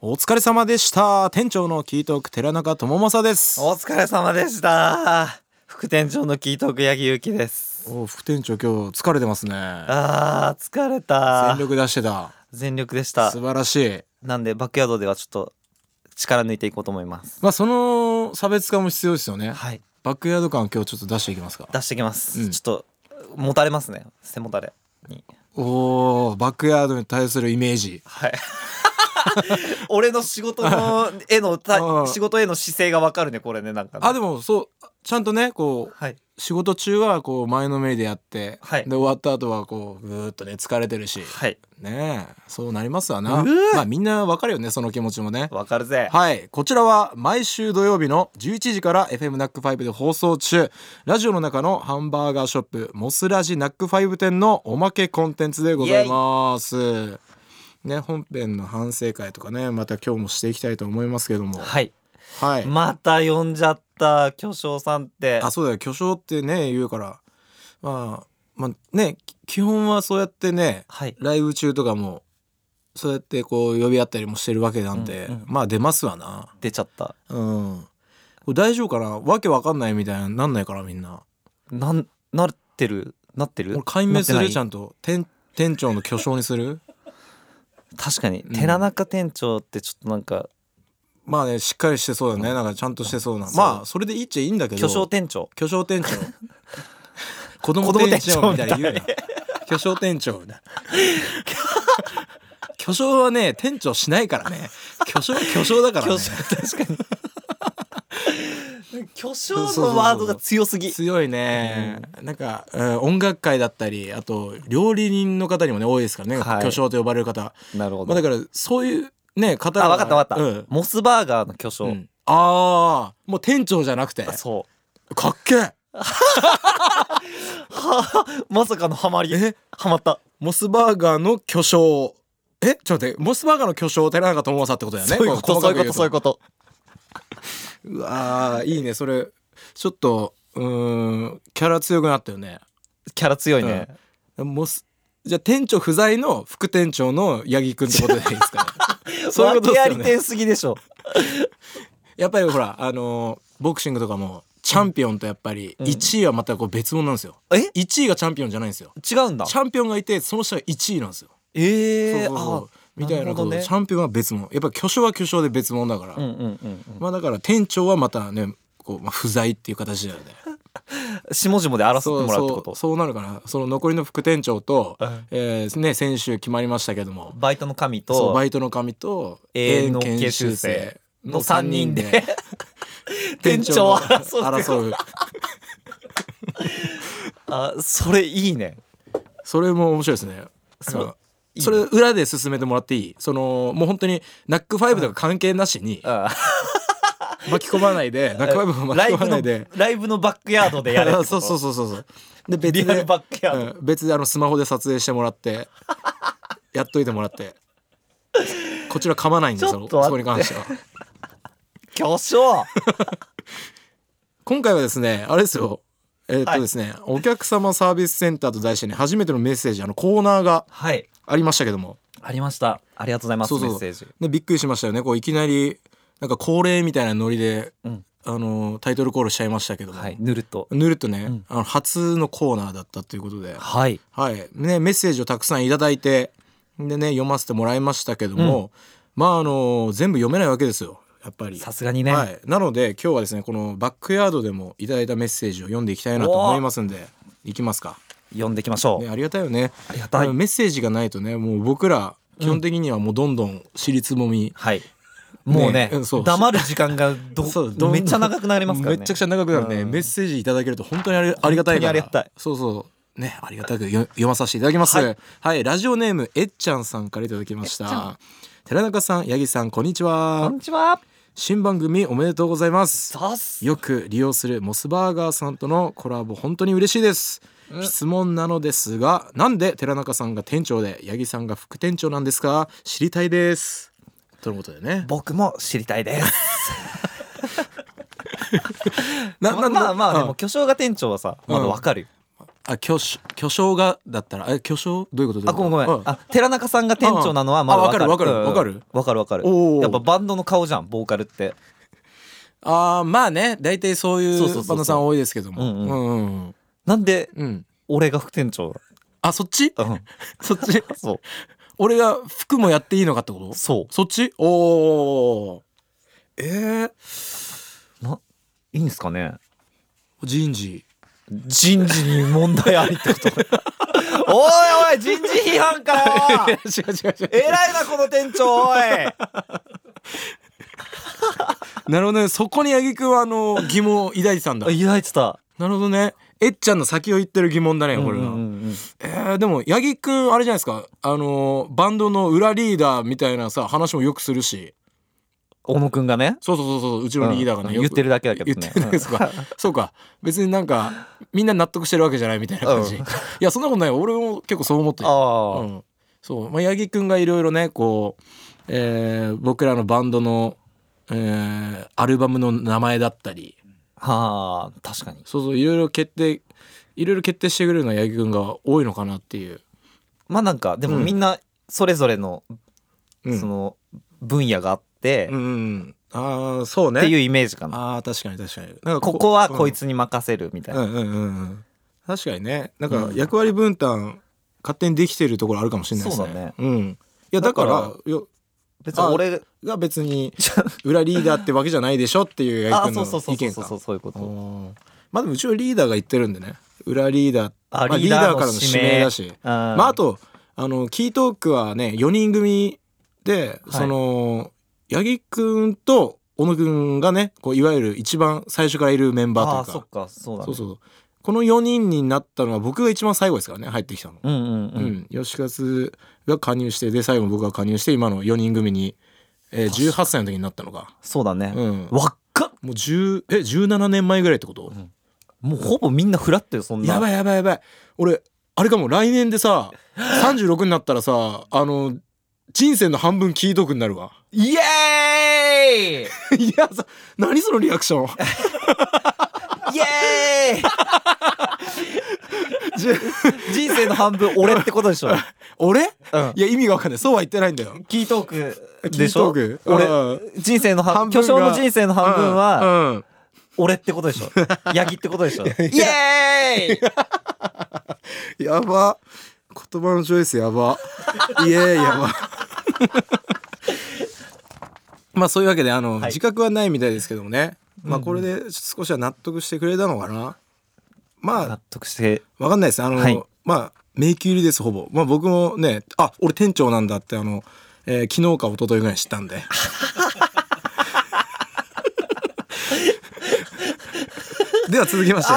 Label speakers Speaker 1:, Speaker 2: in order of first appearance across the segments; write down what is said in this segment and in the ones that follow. Speaker 1: お疲れ様でした店長のキートーク寺中智正です
Speaker 2: お疲れ様でした副店長のキートーク八木ゆきです
Speaker 1: お副店長今日疲れてますね
Speaker 2: あー疲れた
Speaker 1: 全力出してた
Speaker 2: 全力でした
Speaker 1: 素晴らしい
Speaker 2: なんでバックヤードではちょっと力抜いていこうと思います
Speaker 1: まあその差別化も必要ですよね
Speaker 2: はい
Speaker 1: バックヤード感今日ちょっと出していきますか
Speaker 2: 出してきます、
Speaker 1: うん
Speaker 2: ちょっともたれますね背もたれに
Speaker 1: おーバックヤードに対するイメージ
Speaker 2: はい 俺の仕事の絵の
Speaker 1: うん
Speaker 2: た仕事への姿勢がわかるねこれねなんかね
Speaker 1: あでもそうちゃんとねこう
Speaker 2: はい
Speaker 1: 仕事中はこう前のめりでやって、
Speaker 2: はい
Speaker 1: で終わった後はこうぐーっとね疲れてるし
Speaker 2: はい
Speaker 1: ねえそうなりますわな
Speaker 2: うー
Speaker 1: まあみんなわかるよねその気持ちもね
Speaker 2: わかるぜ
Speaker 1: はいこちらは毎週土曜日の11時から FM ナック5で放送中ラジオの中のハンバーガーショップモスラジナック5店のおまけコンテンツでございますね本編の反省会とかねまた今日もしていきたいと思いますけども
Speaker 2: はい
Speaker 1: はい、
Speaker 2: また呼んじゃった巨匠さんって
Speaker 1: あそうだよ巨匠ってね言うからまあまあねき基本はそうやってね
Speaker 2: はい
Speaker 1: ライブ中とかもそうやってこう呼び合ったりもしてるわけなんで、
Speaker 2: うんうん
Speaker 1: まあ出ますわな
Speaker 2: 出ちゃった
Speaker 1: うんこれ大丈夫かなわけわかんないみたいななんないからみんな
Speaker 2: なんなってるなってる
Speaker 1: 俺解明す
Speaker 2: なっ
Speaker 1: る
Speaker 2: てない
Speaker 1: ちゃんと店店長の巨匠にす る
Speaker 2: 確かに
Speaker 1: ん
Speaker 2: 寺中店長ってちょっとなんか
Speaker 1: まあねしっかりしてそうだねなんかちゃんとしてそうな
Speaker 2: そう
Speaker 1: まあそれでいいっちゃいいんだけど
Speaker 2: 巨匠店長
Speaker 1: 巨匠店長 子供
Speaker 2: 子供
Speaker 1: 店
Speaker 2: 店
Speaker 1: 長
Speaker 2: 長
Speaker 1: み
Speaker 2: み
Speaker 1: た
Speaker 2: た
Speaker 1: いに
Speaker 2: い
Speaker 1: 言うな巨匠店長 みたいな巨匠はね店長しないからね巨匠は 巨匠だからね
Speaker 2: 巨匠 確かに巨匠のワードが強すぎ
Speaker 1: 強いね、なんか、うん音楽界だったりあと料理人の方にもね多いですからね、
Speaker 2: はい
Speaker 1: 巨匠と呼ばれる方、
Speaker 2: なるほ
Speaker 1: まあ、だからそういうね方
Speaker 2: あ分かった分かった、
Speaker 1: うん
Speaker 2: モスバーガーの巨匠、
Speaker 1: うんああもう店長じゃなくて
Speaker 2: そ
Speaker 1: かっけえ
Speaker 2: うはまさかのハマり
Speaker 1: え
Speaker 2: ハマった
Speaker 1: モスバーガーの巨匠えちょっと待ってモスバーガーの巨匠寺中智正ってことだよね
Speaker 2: そういうこと
Speaker 1: こ
Speaker 2: そ
Speaker 1: 細
Speaker 2: ういう
Speaker 1: か
Speaker 2: こ
Speaker 1: く言
Speaker 2: とそういうこと
Speaker 1: うわーいいねそれちょっとうーんキャラ強くなったよね
Speaker 2: キャラ強いね、
Speaker 1: モスじゃあ店長不在の副店長の八木くんってことでいいですか ねそういうことで
Speaker 2: 訳
Speaker 1: す
Speaker 2: あ
Speaker 1: よ
Speaker 2: り
Speaker 1: ね
Speaker 2: 点すぎでしょ
Speaker 1: やっぱりほらあのーボクシングとかもチャンピオンとやっぱり
Speaker 2: うん
Speaker 1: 1位はまたこう別物なんですよ
Speaker 2: え
Speaker 1: 1位がチャンピオンじゃないんですよ
Speaker 2: 違うんだ
Speaker 1: チャンピオンがいてその人が1位なんですよ
Speaker 2: ええ
Speaker 1: そう
Speaker 2: ー、
Speaker 1: そうそうみたいなこ
Speaker 2: なるほ
Speaker 1: と
Speaker 2: ど
Speaker 1: で
Speaker 2: ね
Speaker 1: チャンピオンは別物やっぱ巨匠は巨匠で別物だから
Speaker 2: あうんうんうんうん
Speaker 1: まあだから店長はまたねこうまあ不在っていう形だよね
Speaker 2: 下々で争っ
Speaker 1: そ
Speaker 2: て
Speaker 1: う
Speaker 2: もらうっ
Speaker 1: そ
Speaker 2: てこ
Speaker 1: う
Speaker 2: と
Speaker 1: そうなるかなその残りの副店長と
Speaker 2: うん
Speaker 1: えーね先週決まりましたけども
Speaker 2: バイトの神
Speaker 1: そう
Speaker 2: と
Speaker 1: バイトの神と
Speaker 2: 永遠の研修生の3人
Speaker 1: 三人
Speaker 2: で 店長を争うってこ
Speaker 1: 争う
Speaker 2: とあそれいいね
Speaker 1: それも面白いですね
Speaker 2: そ
Speaker 1: うん
Speaker 2: いいね
Speaker 1: それ裏で進めてもらっていいそのもう本当にナックファイブとか関係なしに
Speaker 2: あ
Speaker 1: 巻き込まないでナックファイブも巻
Speaker 2: ラ
Speaker 1: き
Speaker 2: イ
Speaker 1: 込まな
Speaker 2: ブの
Speaker 1: いで
Speaker 2: ライブのバックヤードでやれってこ と
Speaker 1: そうそうそうそうそうで別
Speaker 2: リアルバックヤード、
Speaker 1: うん別であのスマホで撮影してもらって やっといてもらってこちら噛まないんで
Speaker 2: ち
Speaker 1: そ
Speaker 2: ょ
Speaker 1: の
Speaker 2: っと
Speaker 1: そこ
Speaker 2: 待
Speaker 1: に
Speaker 2: って
Speaker 1: 関しては
Speaker 2: 巨匠
Speaker 1: 今回はですねあれですよえーっとですね、お客様サービスセンターと題してね初めてのメッセージあのコーナーが
Speaker 2: はい
Speaker 1: ありましたけども
Speaker 2: ありましたありがとうございます
Speaker 1: そうそう
Speaker 2: メッセージ
Speaker 1: でびっくりしましたよねこういきなりなんか恒例みたいなノリで、
Speaker 2: うん
Speaker 1: あのタイトルコールしちゃいましたけども、
Speaker 2: はいぬるっと
Speaker 1: ぬるっとね、
Speaker 2: ん
Speaker 1: あの初のコーナーだったということで、
Speaker 2: はい
Speaker 1: はいね、メッセージをたくさんいただいてでね読ませてもらいましたけども、まああの全部読めないわけですよやっぱり。
Speaker 2: さすがにね、
Speaker 1: はい、なので今日はですねこのバックヤードでもいただいたメッセージを読んでいきたいなと思いますんでいきますか、
Speaker 2: 読んでいきましょう、
Speaker 1: ね、ありがたいよね
Speaker 2: ありがたい
Speaker 1: あのメッセージがないとねもう僕ら基本的にはもうどんどん尻つぼみ、
Speaker 2: はいも
Speaker 1: ね
Speaker 2: うね
Speaker 1: うんそう
Speaker 2: 黙る時間がど
Speaker 1: そうどん
Speaker 2: めっちゃ長くなりますからね
Speaker 1: めっちゃくちゃ長くなるね、
Speaker 2: うん
Speaker 1: メッセージいただけると本当にありありがたいから
Speaker 2: 本当にありがたい
Speaker 1: そうそうねありがたくよ読まさせていただきますは、
Speaker 2: はい
Speaker 1: ラジオネームえっちゃんさんからいただきました寺中さん八木さんこんにち
Speaker 2: こ
Speaker 1: は
Speaker 2: んにちは
Speaker 1: 新番組おめでとうございます
Speaker 2: さす
Speaker 1: よく利用するモスバーガーさんとのコラボ本当に嬉しいです、
Speaker 2: うん
Speaker 1: 質問なのですがなんで寺中さんが店長で八木さんが副店長なんですか知りたいですとのことでね
Speaker 2: 僕も知りたいです
Speaker 1: な
Speaker 2: まあまあまあで
Speaker 1: う
Speaker 2: も
Speaker 1: ん
Speaker 2: 巨匠が店長はさまだわかるよ、
Speaker 1: あ巨匠巨匠がだったらえ巨匠どういうこと
Speaker 2: あごめんごめん、
Speaker 1: うん
Speaker 2: あ寺中さんが店長なのはまだ
Speaker 1: あわかる
Speaker 2: わ
Speaker 1: わかる
Speaker 2: うんわかるわかる
Speaker 1: おー
Speaker 2: やっぱバンドの顔じゃんボーカルって
Speaker 1: あーまあね大体そうい
Speaker 2: そうそうそう
Speaker 1: う
Speaker 2: そう
Speaker 1: バンドさん多いですけども
Speaker 2: うんうん
Speaker 1: うんうん
Speaker 2: なんで
Speaker 1: うん
Speaker 2: 俺が副店長
Speaker 1: あそっち
Speaker 2: うん
Speaker 1: そっち
Speaker 2: そ
Speaker 1: 俺が服もやっていいのかってこと
Speaker 2: うそ
Speaker 1: そっちおおーえー、
Speaker 2: うないいんすかね
Speaker 1: 人事
Speaker 2: 人事に問題ありってことおいおい人事批判かよ
Speaker 1: 違う違う違
Speaker 2: 偉いなこの店長おい
Speaker 1: うなるほどねそこに八木くんはあの疑問を抱いてたんだ
Speaker 2: 言いてた
Speaker 1: なるほどねえっちゃんの先を言ってる疑問だねこれは、
Speaker 2: うんうんうん
Speaker 1: えーでも八木くんあれじゃないですかあのーバンドの裏リーダーみたいなさ話もよくするし
Speaker 2: 小野くんがね
Speaker 1: そうそうそうそううちのリーダーがね、
Speaker 2: うん
Speaker 1: よく
Speaker 2: 言ってるだけだけどね
Speaker 1: 言ってるだけですか、そうか別になんかみんな納得してるわけじゃないみたいな感じ、
Speaker 2: うん
Speaker 1: いやそんなことない俺も結構そう思ってる
Speaker 2: ああ、
Speaker 1: うん、そう、まあ、八木くんがいろいろねこう、えー僕らのバンドの、えーアルバムの名前だったり
Speaker 2: はあ確かに
Speaker 1: そうそういろいろ決定いろいろ決定してくれるのは八木くんが多いのかなっていう、
Speaker 2: まあなんかでも
Speaker 1: うん
Speaker 2: みんなそれぞれの、
Speaker 1: うん、
Speaker 2: その分野があって、
Speaker 1: うんうん、ああそうね
Speaker 2: っていうイメージかな
Speaker 1: ああ確かに確かになんか
Speaker 2: ここはこい、つに任せるみたい
Speaker 1: うん、
Speaker 2: な、
Speaker 1: うんうんうんうん確かにねなんか
Speaker 2: うん
Speaker 1: 役割分担勝手にできてるところあるかもしれないですね
Speaker 2: そうだね
Speaker 1: んいやだから
Speaker 2: だか
Speaker 1: いや
Speaker 2: 別に俺
Speaker 1: が別に
Speaker 2: じ
Speaker 1: 裏リーダーってわけじゃないでしょっていう
Speaker 2: あ
Speaker 1: 八
Speaker 2: あ
Speaker 1: 木
Speaker 2: そうそう
Speaker 1: 君
Speaker 2: そ
Speaker 1: の
Speaker 2: う
Speaker 1: 意見か
Speaker 2: そうそうそうそういうこと、
Speaker 1: うんまあでもうちのリーダーが言ってるんでね裏リーダー
Speaker 2: あ
Speaker 1: まあ
Speaker 2: リーダーの指名
Speaker 1: だし
Speaker 2: ま
Speaker 1: まああとあのキートークはね4人組で、
Speaker 2: い
Speaker 1: その八木くんと小野くんがねこういわゆる一番最初からいるメンバ
Speaker 2: あ
Speaker 1: ー
Speaker 2: あ
Speaker 1: と
Speaker 2: そ
Speaker 1: いう
Speaker 2: っ
Speaker 1: か
Speaker 2: かそうだね
Speaker 1: そうそうこの4人になったのは僕が一番最後ですからね入ってきたの。
Speaker 2: うんうんう、
Speaker 1: うんん、吉勝が加入してで最後僕が加入して今の4人組に、えー
Speaker 2: 確か
Speaker 1: 18歳の時になったのか、
Speaker 2: そうだね、
Speaker 1: うん、も
Speaker 2: 輪っか
Speaker 1: う10え17年前ぐらいってこと、
Speaker 2: もうほぼみんなフラットよそんな
Speaker 1: やばいやばいやばい俺あれかも来年でさ36になったらさあの人生の半分キートークになる わ
Speaker 2: イエーイ
Speaker 1: いやさ何そのリアクシ ョン
Speaker 2: イエーイ人生の半分俺ってことでしょ、う
Speaker 1: 俺
Speaker 2: ん、
Speaker 1: いや意味がわかんないそうは言ってないんだよ
Speaker 2: キートーク
Speaker 1: キ
Speaker 2: で
Speaker 1: ー
Speaker 2: しょ
Speaker 1: トーク
Speaker 2: 俺人生の半巨匠の人生の半分は
Speaker 1: は、うんうん
Speaker 2: 俺ってことで しょヤギってことでしょイエーイ
Speaker 1: やば言葉のチョイスやばいえやば まあそういうわけであの、
Speaker 2: い
Speaker 1: 自覚はないみたいですけどもねまあ
Speaker 2: うんうん
Speaker 1: これで少しは納得してくれたのかなまあ
Speaker 2: 納得して
Speaker 1: わかんないです。あの、
Speaker 2: はい
Speaker 1: まあ、迷宮入りです、ほぼ。まあ、僕もね、あ、俺店長なんだって、あの、えー昨日か一昨日ぐらいに知ったん で。では続きまして。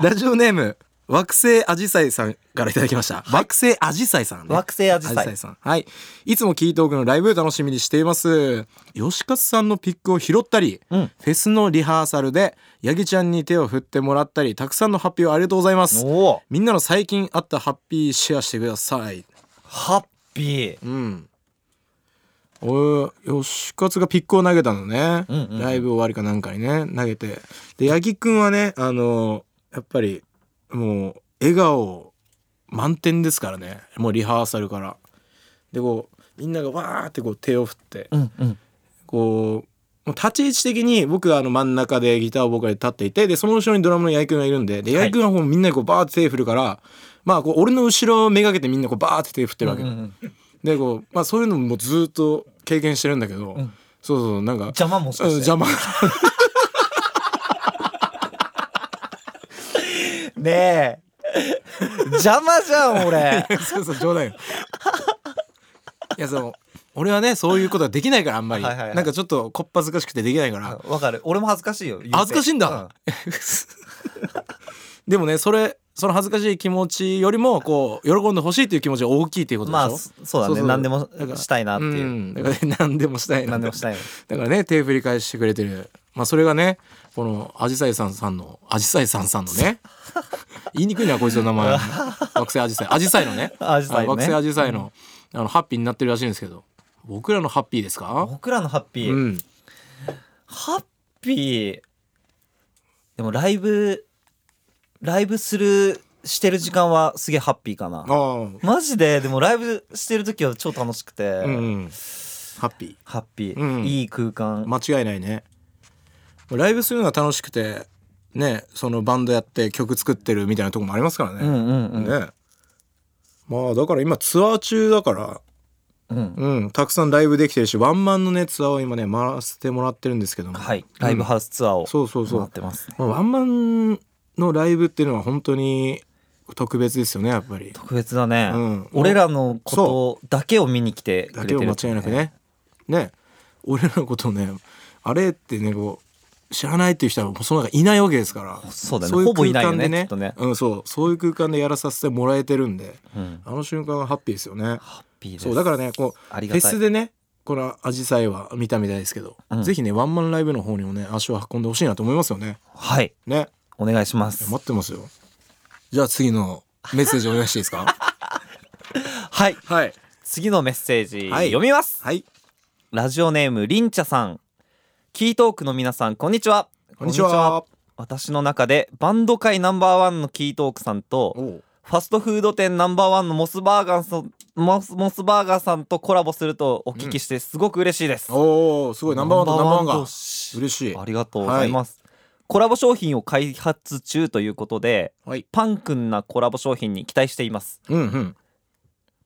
Speaker 1: ラジオネーム、惑星アジサイさんからいただきました。惑星アジサイさん、ね。
Speaker 2: 惑星アジ
Speaker 1: 紫
Speaker 2: サ
Speaker 1: 陽
Speaker 2: イ
Speaker 1: 花さんはいいつもキートークのライブ楽しみにしています吉勝さんのピックを拾ったり、
Speaker 2: うん
Speaker 1: フェスのリハーサルで八木ちゃんに手を振ってもらったりたくさんの発表ありがとうございます
Speaker 2: おお
Speaker 1: みんなの最近あったハッピーシェアしてください
Speaker 2: ハッピー
Speaker 1: うんお吉勝がピックを投げたのね、
Speaker 2: うんうん
Speaker 1: ライブ終わりかなんかにね投げてで八木くんはねあのやっぱりもう笑顔満点ですからねもうリハーサルからでこうみんながわーってこう手を振って
Speaker 2: うんうん
Speaker 1: こうもう立ち位置的に僕があの真ん中でギターを僕で立っていてでその後ろにドラムの八重君がいるんでで
Speaker 2: は
Speaker 1: 八
Speaker 2: い
Speaker 1: 重君はもうみんなにこうバーって手振るからまあこう俺の後ろをめがけてみんなこうバーって手振ってるわけ、
Speaker 2: うんうん
Speaker 1: でこう、まあ、そういうのもずっと経験してるんだけど、
Speaker 2: ん
Speaker 1: そうそうなんか
Speaker 2: 邪魔もし
Speaker 1: うん
Speaker 2: かして
Speaker 1: 邪魔
Speaker 2: ねえ邪魔じゃん俺
Speaker 1: そうそう冗談よいやその俺はねそういうことはできないからあんまり
Speaker 2: はいはいはい
Speaker 1: なんかちょっとこっぱずかしくてできないから、
Speaker 2: わかる俺も恥ずかしいよ言うて
Speaker 1: 恥ずかしいんだ、 でもねそれその恥ずかしい気持ちよりもこう喜んでほしいという気持ちが大きいっていう
Speaker 2: う
Speaker 1: こ
Speaker 2: ん
Speaker 1: とでし
Speaker 2: ま
Speaker 1: ょ、
Speaker 2: あそそうだ
Speaker 1: そう
Speaker 2: ね
Speaker 1: そう
Speaker 2: 何でも
Speaker 1: だから
Speaker 2: したいなっていううん
Speaker 1: だからね何でもしたいな
Speaker 2: 何でもしたいの
Speaker 1: だからね手振り返してくれてるまあそれがねこのアジサイさんさんのアジサイさんさんの ね言いにくいなこいつの名前惑星アジサイアジサイのね
Speaker 2: アジサイね
Speaker 1: 惑星アジサイのあのハッピーになってるらしいんですけど僕らのハッピーですか
Speaker 2: 僕らのハッピー
Speaker 1: うん
Speaker 2: ハッピーでもライブライブするしてる時間はすげえハッピーかな
Speaker 1: あー
Speaker 2: マジででもライブしてる時は超楽しくて、
Speaker 1: うんうんハッピ
Speaker 2: ハッピー、
Speaker 1: うん
Speaker 2: いい空間、
Speaker 1: ー間違いないねライブするのが楽しくてねそのバンドやって曲作ってるみたいなとこもありますから
Speaker 2: うん
Speaker 1: ね、
Speaker 2: うんうん、
Speaker 1: ねまあだから今ツアー中だから
Speaker 2: うん、
Speaker 1: うんたくさんライブできてるしワンマンのねツアーを今ね回らせてもらってるんですけども、
Speaker 2: はいライブハウスツアーを
Speaker 1: そうそうそう
Speaker 2: 回ってますね
Speaker 1: まあワンマンのライブっていうのは本当に特別ですよねやっぱり
Speaker 2: 特別だね、
Speaker 1: うん
Speaker 2: 俺らのことだけを見に来てく
Speaker 1: だ
Speaker 2: れ
Speaker 1: け
Speaker 2: て
Speaker 1: を
Speaker 2: る
Speaker 1: 間違いなくねね俺らのことをねあれってねこう知らないっていう人はその中いないわけですから
Speaker 2: そうだね
Speaker 1: い
Speaker 2: ほぼいないよね
Speaker 1: 空間で
Speaker 2: きっとね
Speaker 1: うん、そうそういう空間でやらさせてもらえてるんで
Speaker 2: うん
Speaker 1: あの瞬間はハッピーですよね
Speaker 2: ハッピーです
Speaker 1: そうだからねこう
Speaker 2: あ
Speaker 1: フ
Speaker 2: りが
Speaker 1: ェ
Speaker 2: たい
Speaker 1: スでねこのアジサイは見たみたいですけど、
Speaker 2: うん
Speaker 1: ぜひねワンマンライブの方にもね足を運んでほしいなと思いますよね
Speaker 2: はい
Speaker 1: ね
Speaker 2: お願いします
Speaker 1: 待ってますよじゃあ次のメッセージお願いしていいです か
Speaker 2: はい
Speaker 1: はい
Speaker 2: 次のメッセージ、
Speaker 1: はい
Speaker 2: 読みます
Speaker 1: はい
Speaker 2: ラジオネームりんちゃさんキートークの皆さんこんにちは
Speaker 1: こんにちは
Speaker 2: 私の中でバンド界ナンバーワンのキートークさんと
Speaker 1: おう
Speaker 2: ファストフード店ナンバーワンのモスバーガーさんモスモスバーガーさんとコラボするとお聞きしてすごく嬉しいです、
Speaker 1: おーすごいナンバーワンとナンバーワンが
Speaker 2: 同士
Speaker 1: 嬉しい
Speaker 2: ありがとうございます、コラボ商品を開発中ということで
Speaker 1: はい
Speaker 2: パンくんなコラボ商品に期待しています
Speaker 1: うんうん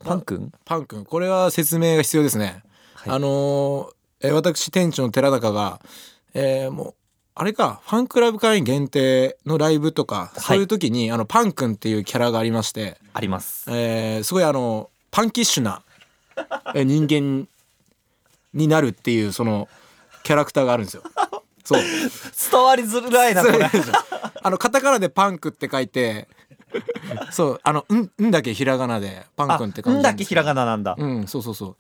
Speaker 2: パンくん
Speaker 1: パン君これは説明が必要ですね、
Speaker 2: はい
Speaker 1: あのーえー私店長の寺中が、えーもうあれかファンクラブ会員限定のライブとか、
Speaker 2: い
Speaker 1: そういう時にあのパン君っていうキャラがありまして、
Speaker 2: あります
Speaker 1: えーすごいあのパンキッシュなえー人間になるっていうそのキャラクターがあるんですよ。そう
Speaker 2: 伝わりづらい なこれ
Speaker 1: あのカタカナでパンクって書いてそうあの「ん」んだけひらがなでパン
Speaker 2: あ
Speaker 1: くんって感
Speaker 2: ん
Speaker 1: じな
Speaker 2: だ
Speaker 1: ん
Speaker 2: け
Speaker 1: です
Speaker 2: ひ
Speaker 1: けど
Speaker 2: らがななんだ、
Speaker 1: うんそうそうそ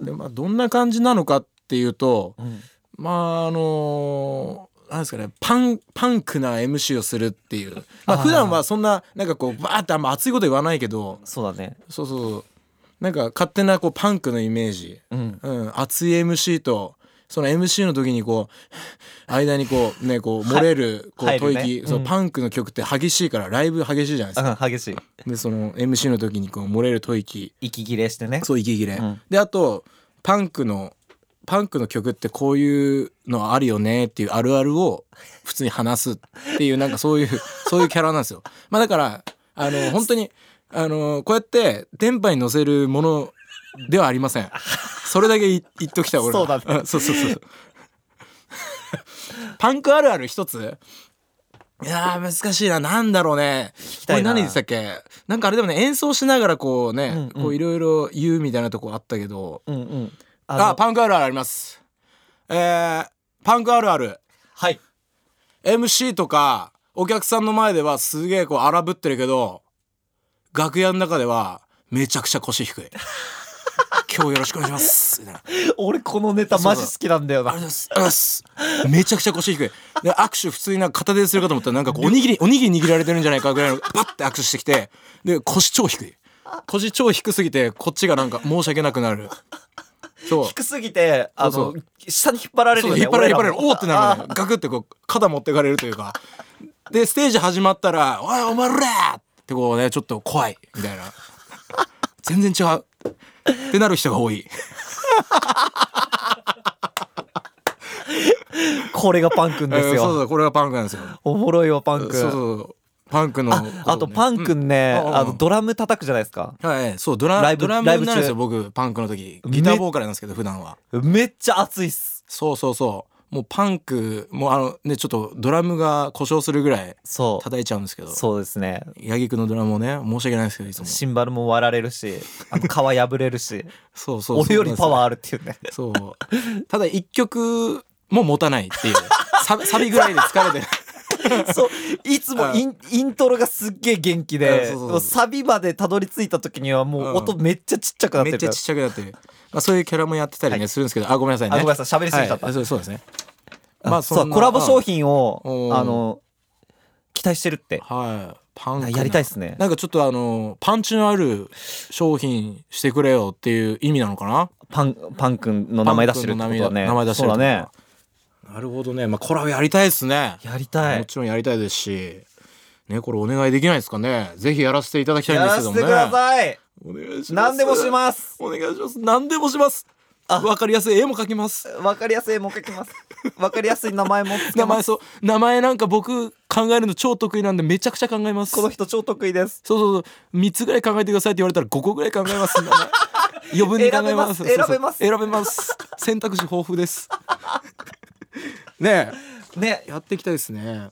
Speaker 1: うで、まあ、どんな感じなのかっていうと
Speaker 2: うん
Speaker 1: まああのーなんですかねパンパンクな MC をするっていう、まあ、
Speaker 2: あー
Speaker 1: 普段はそんななんかこうバーってあんま熱いこと言わないけど
Speaker 2: そうだね
Speaker 1: そうそうそうなんか勝手なこうパンクのイメージ、
Speaker 2: うん
Speaker 1: うん、熱い MC とその MC の時にこう間にこうねこう漏れるこう
Speaker 2: 入
Speaker 1: 吐
Speaker 2: るね
Speaker 1: 息、
Speaker 2: うん
Speaker 1: そのパンクの曲って激しいからライブ激しいじゃないですか。
Speaker 2: あ激しい
Speaker 1: でその MC の時にこう漏れる吐息
Speaker 2: 息切れしてね
Speaker 1: そう息切れ、
Speaker 2: うん
Speaker 1: であとパンクのパンクの曲ってこういうのあるよねっていうあるあるを普通に話すっていうなんかそういう そういうキャラなんですよ。まあだからあの本当にあのこうやって電波に乗せるものではありません。それだけい言っときたい俺は。
Speaker 2: そうだね
Speaker 1: ん そうそうそう。パンクあるある一つ。いやー難しいななんだろうね。
Speaker 2: きたいな
Speaker 1: これ何でしたっけなんかあれでもね演奏しながらこうね、
Speaker 2: うんうん
Speaker 1: こういろいろ言うみたいなとこあったけど
Speaker 2: うんうんあの
Speaker 1: あパンクあるあるありますえー、パンクあるある
Speaker 2: はい
Speaker 1: MC とかお客さんの前ではすげえこう荒ぶってるけど楽屋の中ではめちゃくちゃ腰低い 今日よろしくお願いしますみたいな
Speaker 2: 俺このネタマジ好きなんだよ
Speaker 1: あ
Speaker 2: な
Speaker 1: りがとうございますありがとうございますめちゃくちゃ腰低いで握手普通になんか片手でするかと思ったらなんかこうおにぎりおにぎり握られてるんじゃないかぐらいのパッて握手してきてで腰超低い腰超低すぎてこっちがなんか申し訳なくなるそう
Speaker 2: 低すぎてあの
Speaker 1: そう
Speaker 2: 下に引っ張られる
Speaker 1: そう
Speaker 2: よね
Speaker 1: 引っ張られる引っ張
Speaker 2: 俺
Speaker 1: られ
Speaker 2: ら
Speaker 1: る
Speaker 2: も
Speaker 1: おーってなるのよガクってこう肩持ってかれるというかでステージ始まったら「おいお前ら!」ってこうねちょっと怖いみたいな全然違うってなる人が多い
Speaker 2: これがパンくんです
Speaker 1: えーそう
Speaker 2: よ
Speaker 1: そうこれがパンクなんですよ
Speaker 2: おもろいわパン
Speaker 1: そう
Speaker 2: く
Speaker 1: そうんそうパンクの
Speaker 2: あ
Speaker 1: ことをね
Speaker 2: あとパンくんね
Speaker 1: うん
Speaker 2: あのドラム叩くじゃないですか
Speaker 1: はい、そうドラ
Speaker 2: ライブ
Speaker 1: ドラム
Speaker 2: ライブ
Speaker 1: にな
Speaker 2: 中
Speaker 1: るんですよ僕パンクの時ギターボーカルなんですけど普段は
Speaker 2: めっちゃ熱いっす
Speaker 1: そうそうそうもうパンクもうあのねちょっとドラムが故障するぐらい
Speaker 2: そ
Speaker 1: 叩いちゃうんですけど
Speaker 2: うそうですね
Speaker 1: 八木君のドラムをね申し訳ないですけどいつも
Speaker 2: シンバルも割られるしあの皮破れるし
Speaker 1: そうそう
Speaker 2: 俺よりパワー
Speaker 1: ー
Speaker 2: あるっていうね
Speaker 1: そうただ一曲も持たないっていうサビサ ビぐらいで疲 れて
Speaker 2: そういつもインイントロがすっげえ元気
Speaker 1: うんそう
Speaker 2: で
Speaker 1: そうそう
Speaker 2: もうサビまでたどり着いた時にはもう音めっちゃちっちゃくなって
Speaker 1: めっち
Speaker 2: る
Speaker 1: ゃちっちゃくなってる、まあ、そういうキャラもやってたりね、
Speaker 2: は
Speaker 1: するんですけどあごめんなさいね
Speaker 2: あごめんなさい喋りすぎちゃった
Speaker 1: はいそうそうですね
Speaker 2: まあ、そうコラボ商品を
Speaker 1: うん
Speaker 2: あの期待してるって
Speaker 1: はいパンクな
Speaker 2: やりたいっすね
Speaker 1: なんかちょっとあのパンチのある商品してくれよっていう意味なのかな
Speaker 2: パンパン君の名前出してるってことだね
Speaker 1: パン君の名前出してる
Speaker 2: そうだね
Speaker 1: なるほどねまあコラボやりたいですね
Speaker 2: やりた
Speaker 1: も
Speaker 2: い
Speaker 1: ちろんやりたいですしね、これお願いできないですかね。ぜひやらせていただきたいん
Speaker 2: や
Speaker 1: です
Speaker 2: ら
Speaker 1: け
Speaker 2: せ
Speaker 1: ど
Speaker 2: て
Speaker 1: もね。
Speaker 2: ください
Speaker 1: お願いします。
Speaker 2: 何でもし
Speaker 1: す。
Speaker 2: ます
Speaker 1: お願いします。何でもします。
Speaker 2: あ
Speaker 1: わかりやすい絵も描きます。
Speaker 2: わかりやすい絵も描きますわかりやすい名前もつけ
Speaker 1: 名
Speaker 2: ま
Speaker 1: 前
Speaker 2: す
Speaker 1: そう名前なんか僕考えるの超得意なんでめちゃくちゃ考えます。
Speaker 2: この人超得意です
Speaker 1: そうそうそう3つぐらい考えてくださいって言われたら5個ぐらい考えます名 前余分に考えます
Speaker 2: 選べま
Speaker 1: そうそう
Speaker 2: す選べます
Speaker 1: 選べます選択肢豊富ですね
Speaker 2: ね
Speaker 1: えやっていきたいですね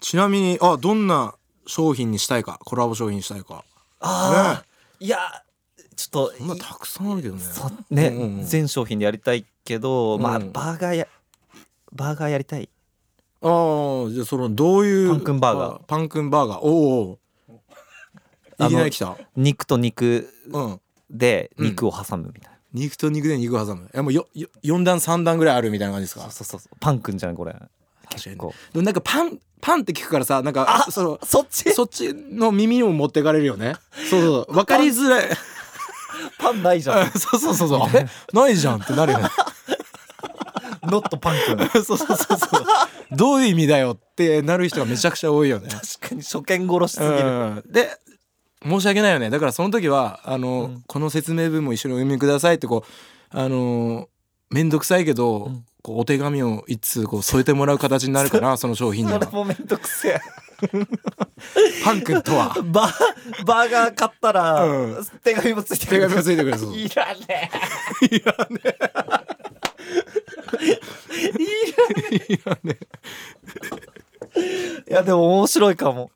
Speaker 1: ちなみにあどんな商品にしたいかコラボ商品にしたいか
Speaker 2: ああ、いやちょっと
Speaker 1: そんなたくさんあるけどね
Speaker 2: そね、
Speaker 1: うんうんうん
Speaker 2: 全商品でやりたいけど、まあ
Speaker 1: うん
Speaker 2: バーガーやバーガーやりたい
Speaker 1: ああじゃあそのどういう
Speaker 2: パンクンバーガー
Speaker 1: あパンクンバーガーおうおうい
Speaker 2: あの
Speaker 1: きなり来た
Speaker 2: 肉と肉
Speaker 1: うん
Speaker 2: で
Speaker 1: うん
Speaker 2: 肉を挟むみたい
Speaker 1: 肉と肉で肉挟むえもうよよ4段3段ぐらいあるみたいな感じです
Speaker 2: な、
Speaker 1: か
Speaker 2: そうそうそうパンくんじゃないこれ結構
Speaker 1: でもなんかパンパンって聞くからさなんかその
Speaker 2: そっち
Speaker 1: そっちの耳を持ってかれるよねそうそうそ う分かりづらい
Speaker 2: パンないじゃん
Speaker 1: そうそうそうそうあれないじゃんってなるよ ね
Speaker 2: ノットパンくん 確
Speaker 1: そうそうそうそうどういう意味だよってなる人がめちゃくちゃ多いよね
Speaker 2: かに初見殺しすぎる、
Speaker 1: うんで申し訳ないよねだからその時はあの、
Speaker 2: うん
Speaker 1: この説明文も一緒にお読みくださいってこうあの面倒くさいけど、
Speaker 2: うん
Speaker 1: こうお手紙を一通こう添えてもらう形になるかなその商品に
Speaker 2: そ
Speaker 1: は
Speaker 2: れもめんどくせえ
Speaker 1: パン君と は
Speaker 2: バーバーガー買ったら、
Speaker 1: うん
Speaker 2: 手紙もついてく
Speaker 1: 手
Speaker 2: る
Speaker 1: 紙がついてくる そうそう
Speaker 2: いらねえいらねえいらねえいやでも面白いかも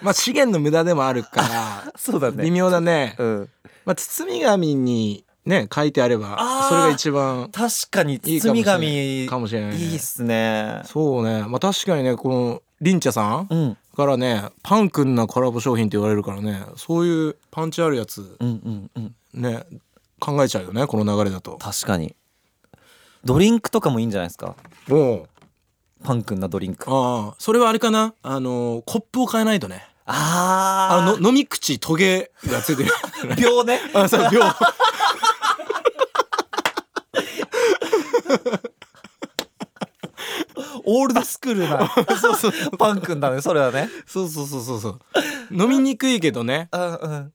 Speaker 1: まあ資源の無駄でもあるか
Speaker 2: そうだ
Speaker 1: ら微妙だね、
Speaker 2: うん
Speaker 1: まあ、包み紙にね書いてあれば
Speaker 2: あー
Speaker 1: それが一番
Speaker 2: 確かに
Speaker 1: いいか
Speaker 2: 包
Speaker 1: もしれ
Speaker 2: み
Speaker 1: な
Speaker 2: 紙
Speaker 1: いかもしれないね
Speaker 2: いいっすね
Speaker 1: そうねまあ確かにねこのりんちゃさん
Speaker 2: うん
Speaker 1: からねパンくんなコラボ商品って言われるからねそういうパンチあるやつ
Speaker 2: うんうんうん
Speaker 1: ね考えちゃうよねこの流れだと
Speaker 2: 確かにドリンクとかもいいんじゃないですか
Speaker 1: おう
Speaker 2: パン君なドリンクあ
Speaker 1: ああそれはあれかなあのコップを変えないとねあ
Speaker 2: あ
Speaker 1: のの飲み口トゲがついてる
Speaker 2: の秒ね
Speaker 1: あそう 秒
Speaker 2: オールドスクールな パン君だねそれ はね
Speaker 1: そうそうそうそうそう飲みにくいけどね
Speaker 2: うんうん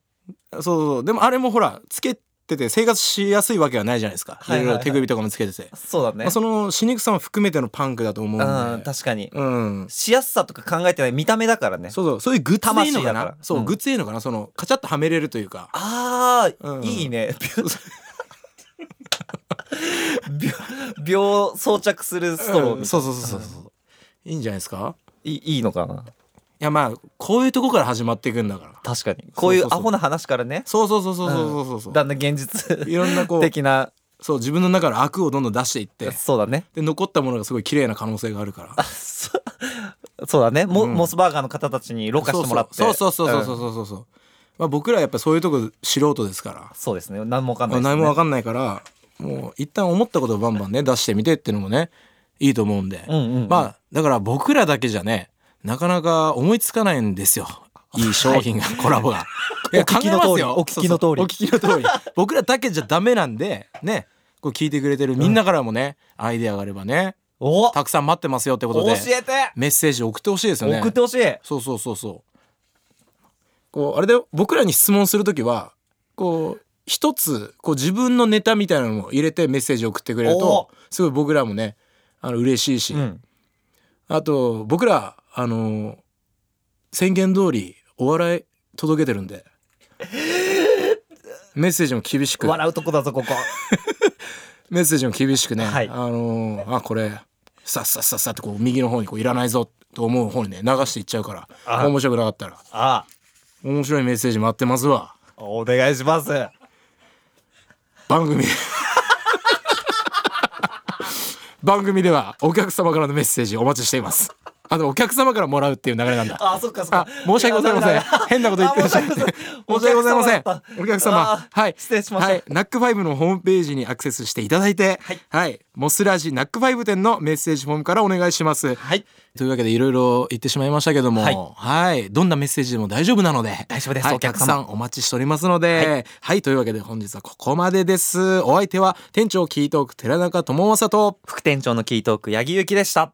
Speaker 1: そうそうでもあれもほらつけてて生活しやすいわけはないじゃないですか、い
Speaker 2: はいはいはい
Speaker 1: ろいろ手首とかもつけてて、
Speaker 2: そうだね
Speaker 1: まあ、そのしにくさも含めてのパンクだと思うんで
Speaker 2: うん確かに
Speaker 1: うん
Speaker 2: しやすさとか考えてない見た目だからね
Speaker 1: そうそうそういうグッズでいいのか
Speaker 2: 魂だか
Speaker 1: な
Speaker 2: ら
Speaker 1: そう、
Speaker 2: うん
Speaker 1: グッズでいいのかなそのカチャッとはめれるというか
Speaker 2: あー、
Speaker 1: うん
Speaker 2: いいね 秒秒装着するストローみたい
Speaker 1: う
Speaker 2: な、
Speaker 1: んそうそうそうそうそういいんじゃないですか
Speaker 2: いいいのかない
Speaker 1: やまあこういうとこから始まっていくんだから
Speaker 2: 確かにこうい
Speaker 1: そううそうそ
Speaker 2: ア
Speaker 1: う
Speaker 2: ホな話からね
Speaker 1: そうそうそうそうそうそうそう、
Speaker 2: だんだん現実
Speaker 1: いろんなこう
Speaker 2: 的な
Speaker 1: そう自分の中の悪をどんどん出していって
Speaker 2: そうだね
Speaker 1: で残ったものがすごい綺麗な可能性があるから
Speaker 2: そそうだねモ,、
Speaker 1: うん
Speaker 2: モスバーガーの方たちにろ過してもらって
Speaker 1: そうそうそうそうそう
Speaker 2: うん
Speaker 1: そうそうそう、まあ、僕らやっぱそういうとこ素人ですから
Speaker 2: そうですね何もわかんないですね
Speaker 1: 何も分かんないからもう一旦思ったことをバンバンね出してみてっていうのもねいいと思うんで、
Speaker 2: うんうんうん
Speaker 1: まあだから僕らだけじゃねなかなか思いつかないんですよいい商品が、コラボ が。いや
Speaker 2: お聞きの
Speaker 1: 考えます
Speaker 2: 通り
Speaker 1: よ
Speaker 2: お聞き
Speaker 1: そ
Speaker 2: の通り
Speaker 1: うそうお聞きの通り僕らだけじゃダメなんでねこう聞いてくれてるみんなからもね、アイデアがあればね
Speaker 2: お
Speaker 1: たくさん待ってますよってこと
Speaker 2: 教
Speaker 1: で
Speaker 2: えて、
Speaker 1: メッセージ送ってほしいですよね
Speaker 2: 送ってほしい
Speaker 1: そうそうそうそう。こうあれだよ僕らに質問するときはこう一つこう自分のネタみたいなのも入れてメッセージ送ってくれると
Speaker 2: お
Speaker 1: すごい僕らもねあの嬉しいし、
Speaker 2: うん
Speaker 1: あと僕らあの宣言通りお笑い届けてるん で。メッセージも厳しく
Speaker 2: 笑うとこだ ぞここ
Speaker 1: メッセージも厳しくね、
Speaker 2: はい
Speaker 1: あのあこれさっさっさっさってこう右の方にこういらないぞと思う方にね流していっちゃうから
Speaker 2: あ
Speaker 1: 面白くなかったら
Speaker 2: あ
Speaker 1: 面白いメッセージ待ってますわ
Speaker 2: あお願いします
Speaker 1: 番組 番組ではお客様からのメッセージお待ちしていますあのお客様からもらうっていう流れなんだ
Speaker 2: あそっかそっ
Speaker 1: あ
Speaker 2: か
Speaker 1: 申し訳ございません変なこと言ってらっしゃ って申し訳ございませんお客様はい
Speaker 2: 失礼しました、
Speaker 1: はいナックファイブのホームページにアクセスしていただいてはい、モスラジナックファイブ店のメッセージフォームからお願いします
Speaker 2: はい
Speaker 1: というわけでいろいろ言ってしまいましたけども、は
Speaker 2: はいい、
Speaker 1: どんなメッセージでも大丈夫なので、
Speaker 2: 大丈夫です
Speaker 1: はい、お
Speaker 2: お客
Speaker 1: 客
Speaker 2: 様
Speaker 1: さんお待ちしておりますので、はい、というわけで本日はここまでです。お相手は店長キートーク寺中智正と。
Speaker 2: 副店長のキートーク八木ゆきでした